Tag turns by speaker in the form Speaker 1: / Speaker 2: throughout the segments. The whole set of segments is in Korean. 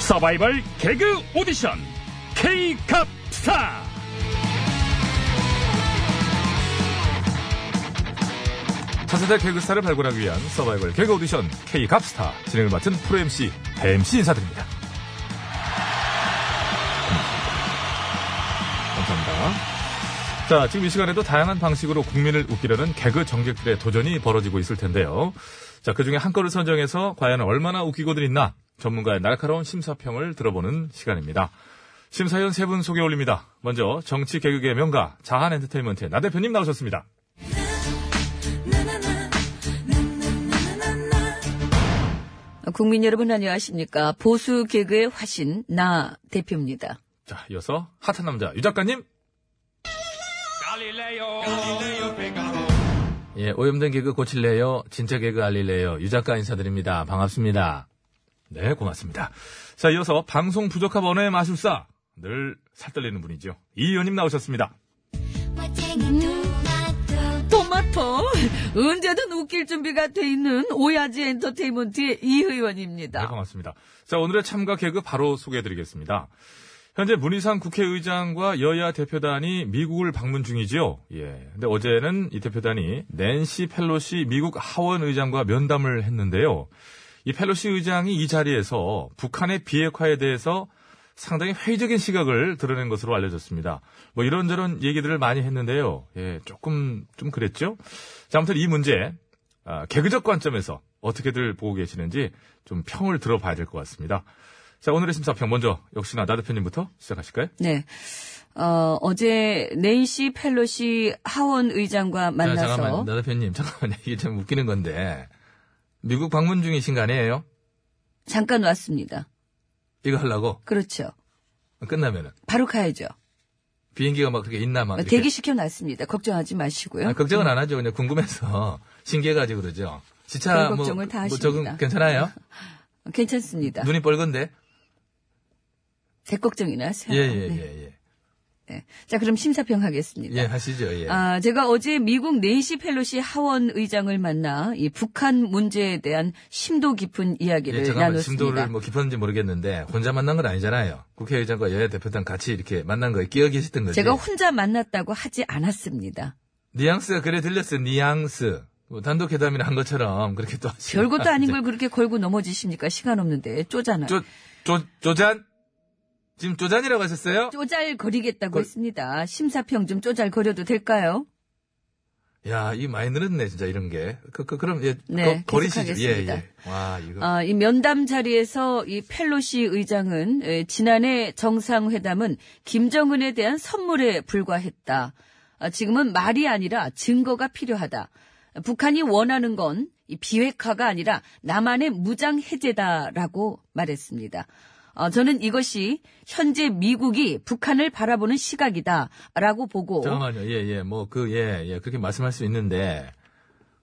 Speaker 1: 서바이벌 개그 오디션 K캅스타
Speaker 2: 차세대 개그스타를 발굴하기 위한 서바이벌 개그 오디션 K갑스타 진행을 맡은 프로 MC 뱀씨 인사드립니다. 감사합니다. 자, 지금 이 시간에도 다양한 방식으로 국민을 웃기려는 개그 정객들의 도전이 벌어지고 있을 텐데요. 자, 그 중에 한 건을 선정해서 과연 얼마나 웃기고들 있나 전문가의 날카로운 심사평을 들어보는 시간입니다. 심사위원 세 분 소개 올립니다. 먼저 정치 개그계 명가 자한 엔터테인먼트의 나 대표님 나오셨습니다.
Speaker 3: 국민 여러분 안녕하십니까. 보수 개그의 화신 나 대표입니다.
Speaker 2: 자, 이어서 핫한 남자 유 작가님. 예, 오염된 개그 고칠래요. 진짜 개그 알릴래요. 유 작가 인사드립니다. 반갑습니다. 네, 고맙습니다. 자, 이어서 방송 부족합 언어의 마술사. 늘 살떨리는 분이죠. 이 의원님 나오셨습니다.
Speaker 3: 토마토 언제든 웃길 준비가 돼 있는 오야지 엔터테인먼트의 이
Speaker 2: 네,
Speaker 3: 의원입니다.
Speaker 2: 반갑습니다. 자, 오늘의 참가 개그 바로 소개해드리겠습니다. 현재 문희상 국회의장과 여야 대표단이 미국을 방문 중이지요. 예. 근데 어제는 이 대표단이 낸시 펠로시 미국 하원 의장과 면담을 했는데요. 이 펠로시 의장이 이 자리에서 북한의 비핵화에 대해서 상당히 회의적인 시각을 드러낸 것으로 알려졌습니다. 뭐 이런저런 얘기들을 많이 했는데요. 예, 조금 좀 그랬죠. 자, 아무튼 이 문제 아, 개그적 관점에서 어떻게들 보고 계시는지 좀 평을 들어봐야 될 것 같습니다. 자, 오늘의 심사평 먼저 역시나 나 대표님부터 시작하실까요?
Speaker 3: 네. 어, 어제 낸시 펠로시 하원 의장과 만나서
Speaker 2: 네, 잠깐만, 나 대표님, 잠깐만요. 이게 참 웃기는 건데. 미국 방문 중이신 거 아니에요?
Speaker 3: 잠깐 왔습니다.
Speaker 2: 이거 하려고?
Speaker 3: 그렇죠.
Speaker 2: 끝나면은.
Speaker 3: 바로 가야죠.
Speaker 2: 비행기가 막 그렇게 있나
Speaker 3: 아,
Speaker 2: 막. 이렇게.
Speaker 3: 대기시켜 놨습니다. 걱정하지 마시고요.
Speaker 2: 네.
Speaker 3: 음.
Speaker 2: 아, 걱정은 안 하죠. 그냥 궁금해서. 신기해가지고 그러죠.
Speaker 3: 별
Speaker 2: 지차 뭐,
Speaker 3: 걱정을 다
Speaker 2: 뭐
Speaker 3: 하십니다. 네.
Speaker 2: 적응 괜찮아요?
Speaker 3: 괜찮습니다.
Speaker 2: 눈이 뻘건데?
Speaker 3: 제 걱정이나 하세요.
Speaker 2: 예, 예,
Speaker 3: 네.
Speaker 2: 예, 예.
Speaker 3: 네. 자, 그럼 심사평 하겠습니다.
Speaker 2: 예, 하시죠, 예.
Speaker 3: 아, 제가 어제 미국 네이시 펠로시 하원 의장을 만나 이 북한 문제에 대한 심도 깊은 이야기를
Speaker 2: 예, 잠깐만
Speaker 3: 나눴습니다.
Speaker 2: 심도를 뭐 깊었는지 모르겠는데 혼자 만난 건 아니잖아요. 국회의장과 여야 대표단 같이 이렇게 만난 거에 끼어 계셨던 거지.
Speaker 3: 제가 혼자 만났다고 하지 않았습니다.
Speaker 2: 예. 뉘앙스가 그래 들렸어요. 뉘앙스. 뭐 단독 회담이나 한 것처럼 그렇게 또 하시고.
Speaker 3: 별것도 아닌
Speaker 2: 이제
Speaker 3: 걸 그렇게 걸고 넘어지십니까? 시간 없는데 쪼잖아.
Speaker 2: 쪼, 쪼, 쪼잔? 지금 쪼잔이라고 하셨어요?
Speaker 3: 쪼잘거리겠다고
Speaker 2: 걸-
Speaker 3: 했습니다. 심사평 좀 쪼잘거려도 될까요?
Speaker 2: 야, 이 많이 늘었네, 진짜 이런 게. 그, 그, 그럼, 예,
Speaker 3: 네,
Speaker 2: 거, 버리시죠. 예,
Speaker 3: 계속하겠습니다.
Speaker 2: 예. 와, 이거.
Speaker 3: 아, 이 면담 자리에서 이 펠로시 의장은 에, 지난해 정상회담은 김정은에 대한 선물에 불과했다. 아, 지금은 말이 아니라 증거가 필요하다. 북한이 원하는 건이 비핵화가 아니라 남한의 무장 해제다라고 말했습니다. 아, 저는 이것이 현재 미국이 북한을 바라보는 시각이다라고 보고
Speaker 2: 잠깐만요. 예, 예. 뭐, 그, 예, 예. 그렇게 말씀할 수 있는데.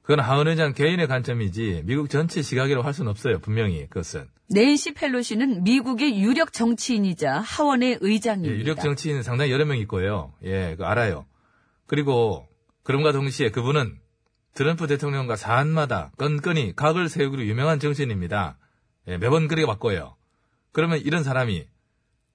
Speaker 2: 그건 하은 의장 개인의 관점이지, 미국 전체 시각이라고 할 수는 없어요. 분명히, 그것은.
Speaker 3: 낸시 펠로시는 미국의 유력 정치인이자 하원의
Speaker 2: 예,
Speaker 3: 의장입니다.
Speaker 2: 유력 정치인은 상당히 여러 명 있고요. 예, 그거 알아요. 그리고 그럼과 동시에 그분은 트럼프 대통령과 사안마다 건건히 각을 세우기로 유명한 정치인입니다. 예, 매번 그래 왔고요. 그러면 이런 사람이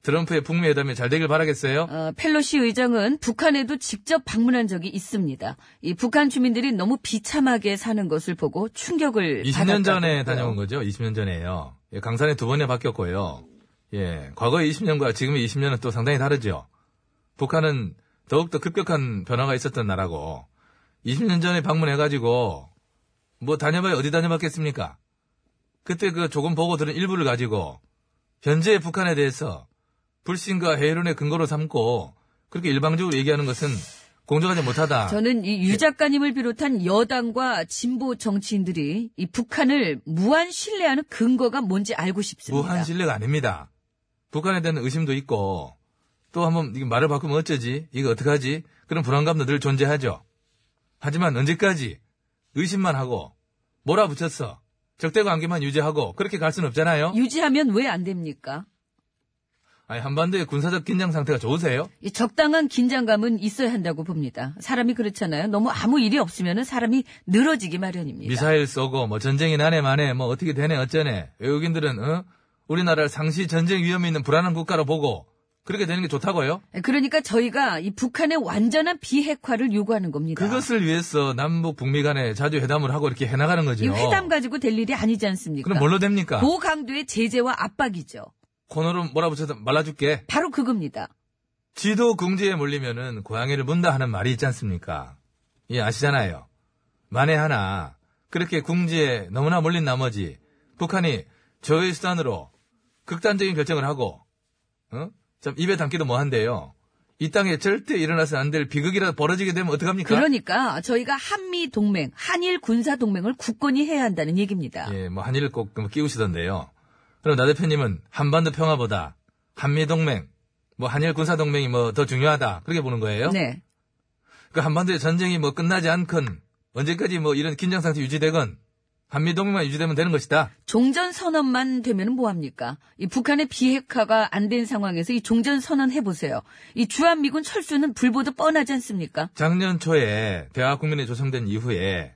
Speaker 2: 트럼프의 북미 회담이 잘 되길 바라겠어요?
Speaker 3: 어, 펠로시 의장은 북한에도 직접 방문한 적이 있습니다. 이 북한 주민들이 너무 비참하게 사는 것을 보고 충격을
Speaker 2: 20년 전에
Speaker 3: 받았다고
Speaker 2: 다녀온 거죠? 20년 전에요. 예, 강산에 두 번이나 바뀌었고요. 예, 과거의 20년과 지금의 20년은 또 상당히 다르죠. 북한은 더욱더 급격한 변화가 있었던 나라고, 20년 전에 방문해가지고, 뭐 다녀봐야 어디 다녀봤겠습니까? 그때 그 조금 보고 들은 일부를 가지고, 현재의 북한에 대해서 불신과 해이론의 근거로 삼고, 그렇게 일방적으로 얘기하는 것은 공정하지 못하다.
Speaker 3: 저는 이
Speaker 2: 예.
Speaker 3: 유 작가님을 비롯한 여당과 진보 정치인들이 이 북한을 무한 신뢰하는 근거가 뭔지 알고 싶습니다.
Speaker 2: 무한 신뢰가 아닙니다. 북한에 대한 의심도 있고 또 한번 이게 말을 바꾸면 어쩌지? 이거 어떡하지? 그런 불안감도 늘 존재하죠. 하지만 언제까지 의심만 하고 몰아붙여서 적대 관계만 유지하고 그렇게 갈 수는 없잖아요.
Speaker 3: 유지하면 왜 안 됩니까?
Speaker 2: 아니 한반도의 군사적 긴장 상태가 좋으세요?
Speaker 3: 이 적당한 긴장감은 있어야 한다고 봅니다. 사람이 그렇잖아요. 너무 아무 일이 없으면 사람이 늘어지기 마련입니다.
Speaker 2: 미사일 쏘고 뭐 전쟁이 나네 마네 뭐 어떻게 되네 어쩌네 외국인들은 어? 우리나라를 상시 전쟁 위험이 있는 불안한 국가로 보고 그렇게 되는 게 좋다고요?
Speaker 3: 그러니까 저희가 이 북한의 완전한 비핵화를 요구하는 겁니다.
Speaker 2: 그것을 위해서 남북 북미 간에 자주 회담을 하고 이렇게 해나가는 거죠.
Speaker 3: 이 회담 가지고 될 일이 아니지 않습니까?
Speaker 2: 그럼 뭘로 됩니까?
Speaker 3: 고강도의 제재와 압박이죠.
Speaker 2: 코너로 몰아붙여서 말라줄게.
Speaker 3: 바로 그겁니다.
Speaker 2: 지도 궁지에 몰리면은 고양이를 문다 하는 말이 있지 않습니까? 예, 아시잖아요. 만에 하나, 그렇게 궁지에 너무나 몰린 나머지, 북한이 저의 수단으로 극단적인 결정을 하고, 어? 참, 입에 담기도 뭐한데요. 이 땅에 절대 일어나서는 안 될 비극이라도 벌어지게 되면 어떡합니까?
Speaker 3: 그러니까 저희가 한미 동맹, 한일 군사 동맹을 굳건히 해야 한다는 얘기입니다.
Speaker 2: 예, 뭐, 한일을 꼭뭐 끼우시던데요. 그럼 나 대표님은 한반도 평화보다 한미동맹, 뭐, 한일 군사동맹이 뭐 더 중요하다. 그렇게 보는 거예요?
Speaker 3: 네.
Speaker 2: 그 한반도의 전쟁이 뭐 끝나지 않건 언제까지 뭐 이런 긴장 상태 유지되건 한미 동맹만 유지되면 되는 것이다.
Speaker 3: 종전 선언만 되면 뭐합니까? 이 북한의 비핵화가 안 된 상황에서 이 종전 선언 해보세요. 이 주한미군 철수는 불보듯 뻔하지 않습니까?
Speaker 2: 작년 초에 대화국민이 조성된 이후에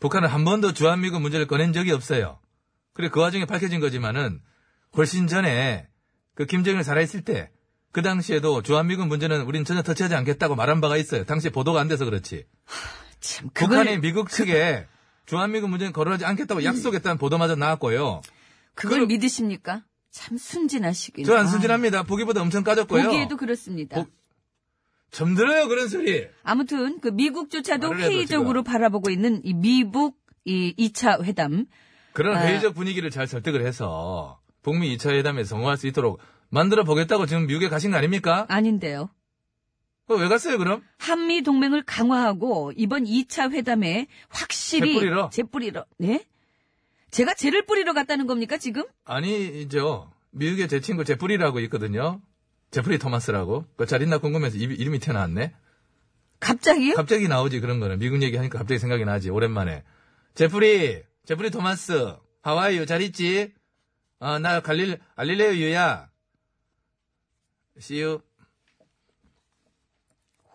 Speaker 2: 북한은 한 번도 주한미군 문제를 꺼낸 적이 없어요. 그래 그 와중에 밝혀진 거지만은 훨씬 전에 그 김정일 살아있을 때 그 당시에도 주한미군 문제는 우린 전혀 터치하지 않겠다고 말한 바가 있어요. 당시 에 보도가 안 돼서 그렇지.
Speaker 3: 참,
Speaker 2: 북한이
Speaker 3: 그걸,
Speaker 2: 미국 측에 주한미군 문제는 거론하지 않겠다고 약속했다는 보도마저 나왔고요.
Speaker 3: 아. 그걸 믿으십니까? 참 순진하시긴.
Speaker 2: 저 안 순진합니다. 보기보다 엄청 까졌고요.
Speaker 3: 보기에도 그렇습니다.
Speaker 2: 보- 점들어요 그런 소리.
Speaker 3: 아무튼 그 미국조차도
Speaker 2: 말을 해도
Speaker 3: 회의적으로 바라보고 있는 이 미북 이 2차 회담.
Speaker 2: 그런
Speaker 3: 아.
Speaker 2: 회의적 분위기를 잘 설득을 해서 북미 2차 회담에 성공할 수 있도록 만들어 보겠다고 지금 미국에 가신 거 아닙니까?
Speaker 3: 아닌데요.
Speaker 2: 그거 왜 갔어요 그럼?
Speaker 3: 한미 동맹을 강화하고 이번 2차 회담에 확실히
Speaker 2: 재뿌리러?
Speaker 3: 재뿌리러. 네? 제가 재를 뿌리러 갔다는 겁니까 지금?
Speaker 2: 아니죠. 미국에 제 친구 제프리라고 있거든요. 제프리 토마스라고. 그잘 있나 궁금해서 이, 이름이 튀어나왔네.
Speaker 3: 갑자기요?
Speaker 2: 갑자기 나오지 그런 거는 미국 얘기하니까 갑자기 생각이 나지 오랜만에. 제프리, 제프리 토마스, 하와이유 잘 있지? 아, 나 갈릴 알릴레오 유야. 씨유.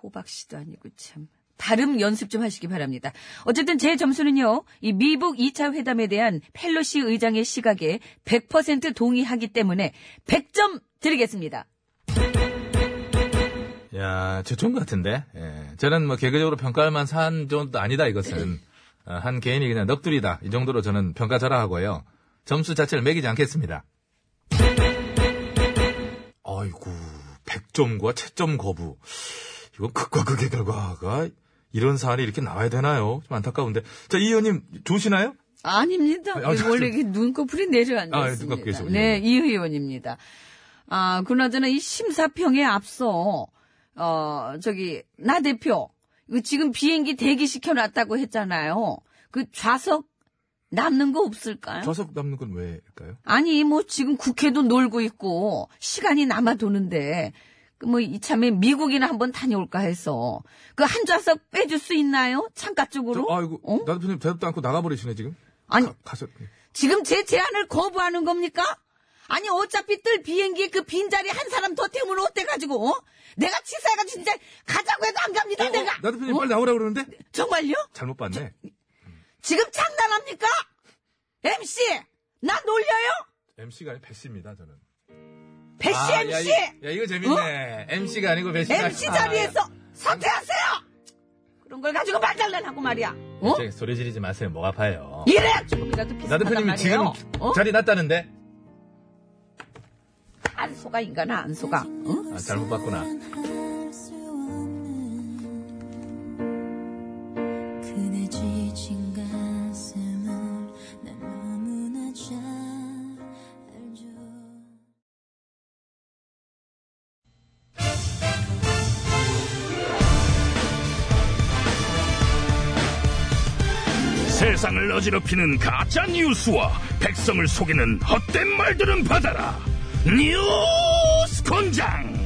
Speaker 3: 호박씨도 아니고 참. 발음 연습 좀 하시기 바랍니다. 어쨌든 제 점수는요, 이 미북 2차 회담에 대한 펠로시 의장의 시각에 100% 동의하기 때문에 100점 드리겠습니다.
Speaker 2: 야, 최초인 것 같은데. 예. 저는 뭐 개그적으로 평가할 만한 정도 아니다, 이것은. 어, 한 개인이 그냥 넋두리다. 이 정도로 저는 평가 잘하고요. 점수 자체를 매기지 않겠습니다. 아이고, 100점과 채점 거부. 이건 극과 극의 결과가 이런 사안이 이렇게 나와야 되나요? 좀 안타까운데. 자, 이 의원님, 좋으시나요?
Speaker 3: 아닙니다.
Speaker 2: 아, 저-
Speaker 3: 원래 이게 눈꺼풀이 내려앉았습니다.
Speaker 2: 눈꺼풀 계속, 예.
Speaker 3: 네, 이 의원입니다. 아, 그나저나 이 심사평에 앞서 어 저기 나 대표 이거 지금 비행기 대기 시켜놨다고 했잖아요. 그 좌석 남는 거 없을까요?
Speaker 2: 좌석 남는 건 왜일까요?
Speaker 3: 아니 뭐 지금 국회도 놀고 있고 시간이 남아 도는데 그 뭐 이참에 미국이나 한번 다녀올까 해서 그 한 좌석 빼줄 수 있나요? 창가
Speaker 2: 저,
Speaker 3: 쪽으로?
Speaker 2: 아이고,
Speaker 3: 어?
Speaker 2: 나도 그냥 대답도 않고 나가버리시네, 지금.
Speaker 3: 아니
Speaker 2: 가, 가서.
Speaker 3: 지금 제 제안을 거부하는 겁니까? 아니 어차피 뜰 비행기에 그 빈자리 한 사람 더 태우면 어때가지고 어? 내가 치사해가지고 진짜 가자고 해도 안 갑니다 내가
Speaker 2: 나도 그냥
Speaker 3: 어?
Speaker 2: 빨리 나오라 그러는데?
Speaker 3: 정말요?
Speaker 2: 잘못 봤네.
Speaker 3: 지금 장난합니까? MC 나 놀려요?
Speaker 2: MC가 아니고 배씨입니다, 저는.
Speaker 3: 배씨
Speaker 2: 아, 야,
Speaker 3: MC
Speaker 2: 이- 야, 이거 재밌네. MC가 아니고 배씨가 아,
Speaker 3: MC 자리에서 사퇴하세요 그런 걸 가지고 말장난하고 말이야 어?
Speaker 2: 소리 지르지 마세요. 목 아파요.
Speaker 3: 이래야 조금이라도 비슷하단
Speaker 2: 나 대표님이 지금
Speaker 3: 말이에요 예? 어?
Speaker 2: 자리 났다는데?
Speaker 3: 안 속아 인간아 안 속아 어?
Speaker 2: 아, 잘못 봤구나.
Speaker 4: 그대 지친 가슴을 난 너무나 잘 알죠.
Speaker 1: 세상을 어지럽히는 가짜 뉴스와 백성을 속이는 헛된 말들은 받아라. 뉴스 권장.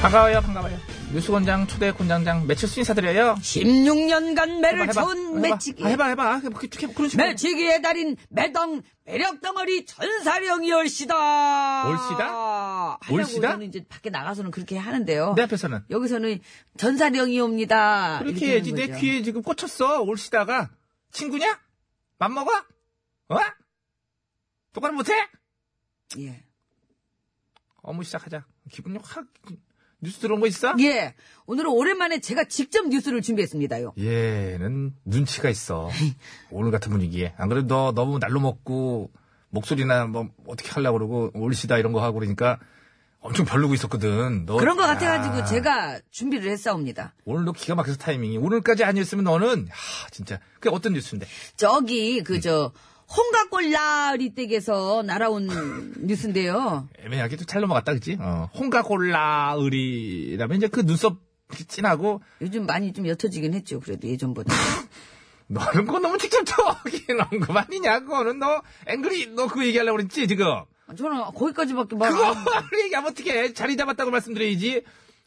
Speaker 2: 반가워요, 반가워요. 뉴스원장, 초대 권장장, 며칠 수 인사드려요.
Speaker 3: 16년간 매를
Speaker 2: 해봐,
Speaker 3: 저은
Speaker 2: 해봐.
Speaker 3: 매치기.
Speaker 2: 아, 해봐, 해봐. 그렇게 쭉 해봐. 그런 식으로.
Speaker 3: 매치기의 달인 매덩 매력덩어리 전사령이 올시다.
Speaker 2: 올시다?
Speaker 3: 하려고
Speaker 2: 올시다?
Speaker 3: 저는 이제 밖에 나가서는 그렇게 하는데요.
Speaker 2: 내 앞에서는.
Speaker 3: 여기서는 전사령이 옵니다.
Speaker 2: 그렇게
Speaker 3: 이렇게
Speaker 2: 해야지.
Speaker 3: 되는
Speaker 2: 내
Speaker 3: 거죠.
Speaker 2: 귀에 지금 꽂혔어. 올시다가. 친구냐? 맘먹어? 어? 똑바로 못해?
Speaker 3: 예.
Speaker 2: 어머, 시작하자. 기분이 확, 뉴스 들어온 거 있어?
Speaker 3: 예. 오늘은 오랜만에 제가 직접 뉴스를 준비했습니다요.
Speaker 2: 얘는 눈치가 있어. 오늘 같은 분위기에. 안 그래도 너 너무 날로 먹고, 목소리나 뭐, 어떻게 하려고 그러고, 올시다 이런 거 하고 그러니까 엄청 별르고 있었거든. 너-
Speaker 3: 그런 것
Speaker 2: 야,
Speaker 3: 같아가지고 제가 준비를 했사옵니다.
Speaker 2: 오늘 너 기가 막혀서 타이밍이. 오늘까지 아니었으면 너는, 하, 진짜. 그게 어떤 뉴스인데?
Speaker 3: 저기 그 저 홍가골라리 댁에서 날아온 뉴스인데요.
Speaker 2: 애매하게 또 잘 넘어갔다, 그치? 어. 홍가골라 의리라면 이제 그 눈썹 이렇게 진하고,
Speaker 3: 요즘 많이 좀 옅어지긴 했죠. 그래도 예전보다.
Speaker 2: 너는 그거 너무 직접적인 언급 아니냐, 그거는 너, 앵그리, 너 그거 얘기하려고 그랬지, 지금?
Speaker 3: 저는 거기까지밖에 말.
Speaker 2: 그거
Speaker 3: 안-
Speaker 2: 우리 얘기하면 어떻게 자리 잡았다고 말씀드려야지.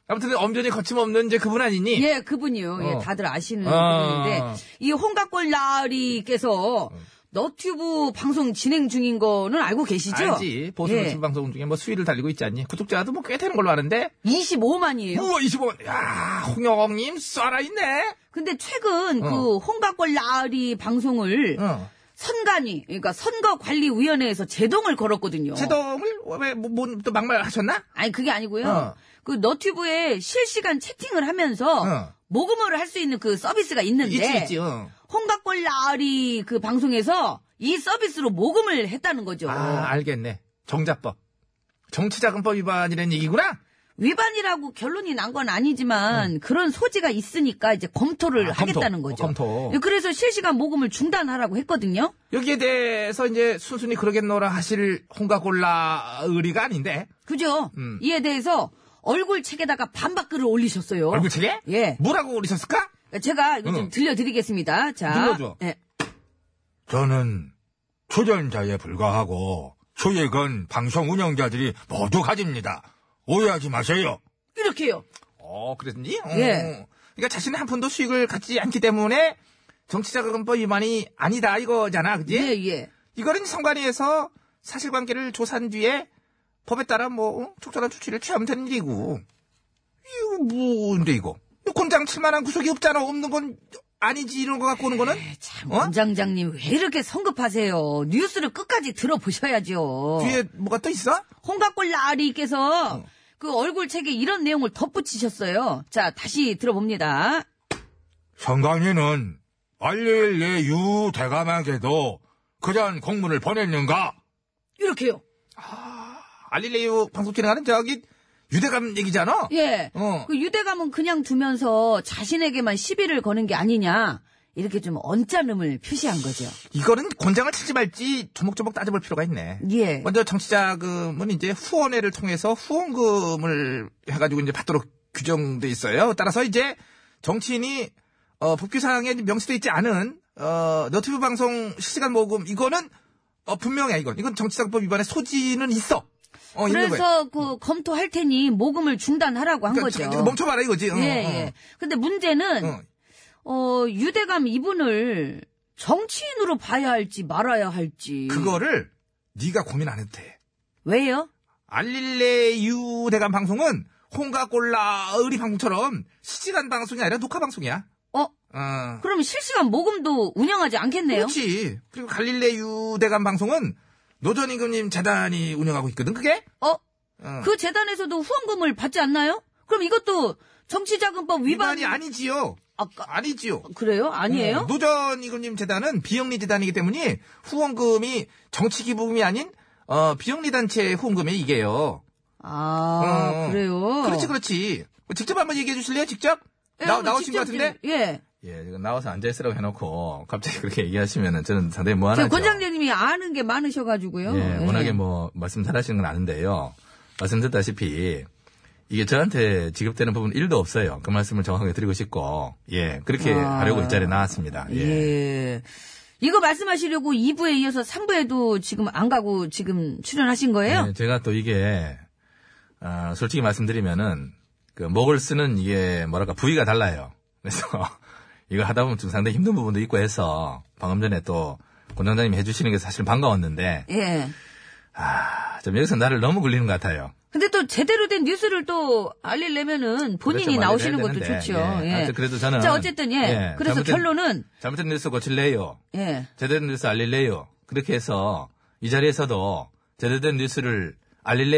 Speaker 2: 아무튼 엄전이 거침없는 이제 그분 아니니?
Speaker 3: 예, 그분이요.
Speaker 2: 어.
Speaker 3: 예, 다들 아시는
Speaker 2: 아.
Speaker 3: 분인데 이 홍가골라리께서
Speaker 2: 음.
Speaker 3: 너튜브 방송 진행 중인 거는 알고 계시죠?
Speaker 2: 알지. 보수
Speaker 3: 예.
Speaker 2: 노출 방송 중에 뭐 수위를 달리고 있지 않니? 구독자도 뭐 꽤 되는 걸로 아는데.
Speaker 3: 25만이에요.
Speaker 2: 우와 25만. 야 홍영님 쏴라 있네.
Speaker 3: 근데 최근
Speaker 2: 어.
Speaker 3: 그 홍각골 나으리 방송을
Speaker 2: 어.
Speaker 3: 선관위 그러니까 선거관리위원회에서 제동을 걸었거든요.
Speaker 2: 제동을 왜뭐또 막말 하셨나?
Speaker 3: 아니 그게 아니고요.
Speaker 2: 어.
Speaker 3: 그 너튜브에 실시간 채팅을 하면서
Speaker 2: 어.
Speaker 3: 모금을 할 수 있는 그 서비스가 있는데
Speaker 2: 있지 있지. 어.
Speaker 3: 홍각골 나으리 그 방송에서 이 서비스로 모금을 했다는 거죠.
Speaker 2: 아 알겠네. 정자법. 정치자금법 위반이라는 얘기구나.
Speaker 3: 위반이라고 결론이 난 건 아니지만 그런 소지가 있으니까 이제 검토를
Speaker 2: 음. 아, 검토.
Speaker 3: 하겠다는 거죠.
Speaker 2: 어, 검토.
Speaker 3: 그래서 실시간 모금을 중단하라고 했거든요.
Speaker 2: 여기에 대해서 이제 순순히 그러겠노라 하실 홍가골라 의리가 아닌데
Speaker 3: 그죠?
Speaker 2: 음.
Speaker 3: 이에 대해서 얼굴 책에다가 반박글을 올리셨어요.
Speaker 2: 얼굴 어. 책에
Speaker 3: 예.
Speaker 2: 뭐라고 그러셨을까?
Speaker 3: 제가 이거
Speaker 2: 응.
Speaker 3: 좀 들려드리겠습니다. 자.
Speaker 2: 눌러줘.
Speaker 3: 예.
Speaker 2: 저는 초전자에 불과하고 소액은 방송 운영자들이 모두 가집니다. 오해하지 마세요.
Speaker 3: 이렇게요.
Speaker 2: 어, 그랬니? 어.
Speaker 3: 예.
Speaker 2: 그러니까 자신은 한 푼도 수익을 갖지 않기 때문에 정치자금법 위반이 아니다 이거잖아, 그지?
Speaker 3: 예, 예.
Speaker 2: 이거는 선관위에서 사실관계를 조사한 뒤에 법에 따라 뭐 어? 적절한 조치를 취하면 되는 일이고 이거 뭔데 이거? 권장 칠만한 구속이 없잖아. 없는 건 아니지 이런 거 갖고 오는 거는?
Speaker 3: 참,
Speaker 2: 어?
Speaker 3: 원장장님, 왜 이렇게 성급하세요? 뉴스를 끝까지 들어보셔야죠.
Speaker 2: 뒤에 어. 뭐가 또 있어?
Speaker 3: 홍각골 나리께서 그 얼굴 책에 이런 내용을 덧붙이셨어요. 자, 다시 들어봅니다.
Speaker 2: 선관위는 알릴 내 유대감에게도 그전 공문을 보냈는가?
Speaker 3: 이렇게요.
Speaker 2: 알릴레유 방송 진행하는 저기 유대감 얘기잖아.
Speaker 3: 예.
Speaker 2: 어.
Speaker 3: 그 유대감은 그냥 두면서 자신에게만 시비를 거는 게 아니냐. 이렇게 좀 언짢음을 표시한 거죠.
Speaker 2: 이거는 권장을 치지 말지 조목조목 따져볼 필요가 있네.
Speaker 3: 예.
Speaker 2: 먼저 정치자금은 이제 후원회를 통해서 후원금을 해가지고 이제 받도록 규정돼 있어요. 따라서 이제 정치인이 어, 법규상에 명시돼 있지 않은 어, 너튜브 방송 실시간 모금 이거는 어, 분명해 이건 이건 정치자금법 위반의 소지는 있어. 어, 있는 거예요.
Speaker 3: 그래서 그 검토할 테니 모금을 중단하라고 한
Speaker 2: 그러니까
Speaker 3: 거죠.
Speaker 2: 저- 저 멈춰봐라 어. 이거지. 어. 응,
Speaker 3: 예,
Speaker 2: 응.
Speaker 3: 예. 근데 문제는
Speaker 2: 응.
Speaker 3: 어, 유대감 이분을 정치인으로 봐야 할지 말아야 할지.
Speaker 2: 그거를 네가 고민 안 해도 돼.
Speaker 3: 왜요?
Speaker 2: 알릴레 유대감 방송은 홍가골라 의리 방송처럼 실시간 방송이 아니라 녹화 방송이야.
Speaker 3: 어,
Speaker 2: 어.
Speaker 3: 그럼 실시간 모금도 운영하지 않겠네요.
Speaker 2: 그렇지. 그리고 갈릴레 유대감 방송은 노전임금님 재단이 운영하고 있거든. 그게
Speaker 3: 어,
Speaker 2: 어.
Speaker 3: 그 재단에서도 후원금을 받지 않나요? 그럼 이것도 정치자금법 위반
Speaker 2: 위반이 아니지요.
Speaker 3: 아까
Speaker 2: 아니지요.
Speaker 3: 그래요? 그 아니에요?
Speaker 2: 어, 노전임금님 재단은 비영리 재단이기 때문에 후원금이 정치 기부금이 아닌 어, 비영리 단체 후원금이 이게요.
Speaker 3: 아,
Speaker 2: 어.
Speaker 3: 그래요?
Speaker 2: 그렇지, 그렇지. 뭐 직접 한번 얘기해 주실래요? 직접?
Speaker 3: 예,
Speaker 2: 나,
Speaker 3: 한번
Speaker 2: 나오신 것
Speaker 3: 직접
Speaker 2: 같은데?
Speaker 3: 들- 예.
Speaker 2: 예, 지금 나와서 앉아있으라고 해놓고, 갑자기 그렇게 얘기하시면은 저는 상당히
Speaker 3: 저
Speaker 2: 무한하죠.
Speaker 3: 권장님이 아는 게 많으셔가지고요.
Speaker 2: 아, 그렇죠. 예,
Speaker 3: 예.
Speaker 2: 워낙에 뭐, 말씀 잘하시는 건 아는데요. 말씀드렸다시피, 이게 저한테 지급되는 부분 1도 없어요. 그 말씀을 정확하게 드리고 싶고, 예, 그렇게
Speaker 3: 아.
Speaker 2: 하려고 이 자리에 나왔습니다. 예.
Speaker 3: 예. 이거 말씀하시려고 2부에 이어서 3부에도 지금 안 가고
Speaker 2: 네,
Speaker 3: 지금 출연하신 거예요?
Speaker 2: 예, 제가 또 이게, 아, 솔직히 말씀드리면은, 그 목을 쓰는 이게 뭐랄까 부위가 달라요. 그래서 이거 하다 보면 좀 상당히 힘든 부분도 있고 해서 방금 전에 또 권장자님이 해주시는 게 사실 반가웠는데
Speaker 3: 예.
Speaker 2: 아, 좀 여기서 나를 너무 굴리는 것 같아요.
Speaker 3: 근데 또 제대로 된 뉴스를 또 알리려면은 본인이
Speaker 2: 그렇죠,
Speaker 3: 나오시는
Speaker 2: 말을
Speaker 3: 것도
Speaker 2: 해야
Speaker 3: 좋죠.
Speaker 2: 되는데, 예.
Speaker 3: 예.
Speaker 2: 하여튼 그래도 저는
Speaker 3: 자, 어쨌든 예.
Speaker 2: 예,
Speaker 3: 그래서
Speaker 2: 잘못된-
Speaker 3: 결론은
Speaker 2: 잘못된 뉴스 고칠래요.
Speaker 3: 예.
Speaker 2: 제대로 된 뉴스 알릴래요. 그렇게 해서 이 자리에서도 제대로 된 뉴스를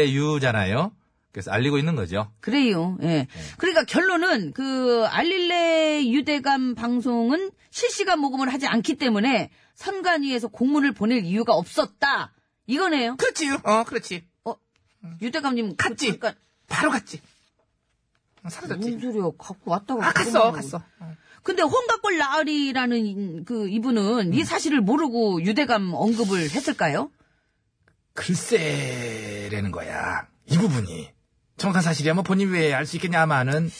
Speaker 2: 알릴래유잖아요. 그래서 알리고 있는 거죠.
Speaker 3: 그래요. 예. 그러니까 결론은 그 알릴레 유대감 방송은 실시간 녹음을 하지 않기 때문에 선관위에서 공문을 보낼 이유가 없었다. 이거네요.
Speaker 2: 그렇지요. 어, 그렇지.
Speaker 3: 유대감님
Speaker 2: 갔지?
Speaker 3: 그러니까
Speaker 2: 바로 갔지. 어,
Speaker 3: 무슨
Speaker 2: 사라졌지.
Speaker 3: 소리야? 갖고 왔다고.
Speaker 2: 아, 갔어,
Speaker 3: 그러냐고.
Speaker 2: 갔어.
Speaker 3: 근데 홍각골 나으리라는 인- 그 이분은 이 사실을 모르고 유대감 언급을 했을까요?
Speaker 2: 글쎄라는 거야. 이 부분이 정확한 사실이야. 뭐 본인 왜 알 수 있겠냐마는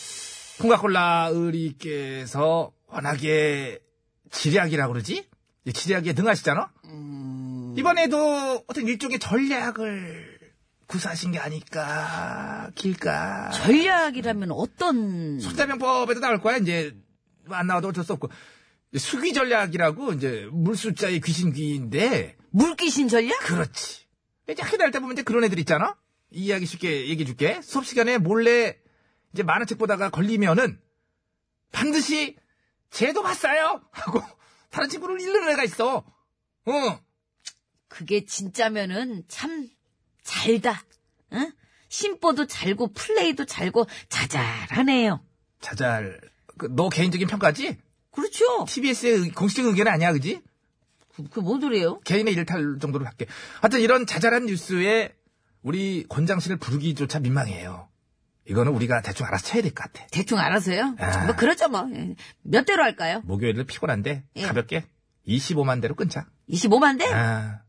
Speaker 2: 콩가콜라 의리께서 워낙에 지략이라고 그러지? 이 지략에 능하시잖아? 음. 이번에도 어떤 일종의 전략을 구사하신 게 아닐까, 길까.
Speaker 3: 전략이라면 어떤
Speaker 2: 손자병법에도 나올 거야. 이제 뭐안 나와도 어쩔 수 없고. 수귀 전략이라고 이제 물숫자의 귀신귀인데
Speaker 3: 물귀신 전략?
Speaker 2: 그렇지. 이제 학교 다닐 때 보면 이제 그런 애들 있잖아? 이 이야기 쉽게 얘기해 줄게. 수업 시간에 몰래 이제 만화 책 보다가 걸리면은 반드시 쟤도 봤어요! 하고 다른 친구를 잃는 애가 있어. 어.
Speaker 3: 그게 진짜면은 참 잘다. 응? 심보도 잘고 플레이도 잘고 자잘하네요.
Speaker 2: 자잘. 그, 너 개인적인 평가지?
Speaker 3: 그렇죠?
Speaker 2: TBS의 공식 의견은 아니야, 그지?
Speaker 3: 그뭔 소리예요?
Speaker 2: 개인의 일탈 정도로 할게. 하여튼 이런 자잘한 뉴스에 우리 권장 씨를 부르기조차 민망해요. 이거는 우리가 대충 알아서 쳐야 될 것 같아.
Speaker 3: 대충 알아서요?
Speaker 2: 아.
Speaker 3: 뭐 그러죠 뭐. 몇 대로 할까요?
Speaker 2: 목요일은 피곤한데
Speaker 3: 예.
Speaker 2: 가볍게 25만 대로 끊자.
Speaker 3: 25만 대?
Speaker 2: 아.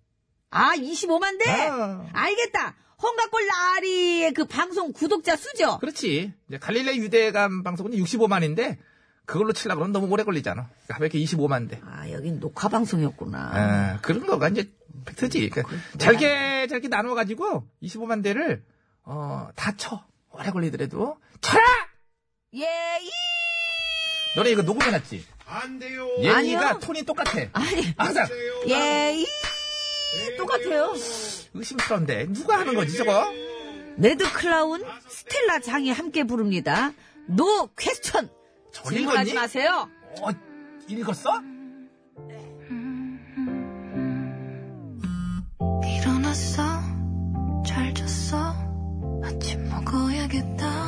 Speaker 3: 아, 25만 대?
Speaker 2: 아.
Speaker 3: 알겠다. 홍각골 나리의 그 방송 구독자 수죠?
Speaker 2: 그렇지. 이제 갈릴레 유대감 방송은 65만인데 그걸로 치려고 그러면 너무 오래 걸리잖아. 그러니까 가볍게 25만 대.
Speaker 3: 아, 여긴 녹화 방송이었구나.
Speaker 2: 아, 그런 거가 이제 팩트지. 그러니까
Speaker 3: 그건
Speaker 2: 잘게 잘게 나누어 가지고 25만 대를 어, 다 쳐. 오래 걸리더라도 쳐라.
Speaker 3: 예, 이
Speaker 2: 너네 이거 녹음해 놨지?
Speaker 5: 안 돼요.
Speaker 2: 예니가
Speaker 3: 아니요.
Speaker 2: 톤이 똑같아.
Speaker 3: 아니,
Speaker 2: 항상
Speaker 3: 예, 이
Speaker 2: 아.
Speaker 3: 똑같아요.
Speaker 2: 의심스러운데 누가 하는 거지 저거?
Speaker 3: 레드 클라운 스텔라 장이 함께 부릅니다. 노 퀘스천.
Speaker 2: 저
Speaker 3: 질문하지
Speaker 2: 읽었니?
Speaker 3: 마세요.
Speaker 2: 어, 읽었어?
Speaker 4: 일어났어 잘 잤어 아침 먹어야겠다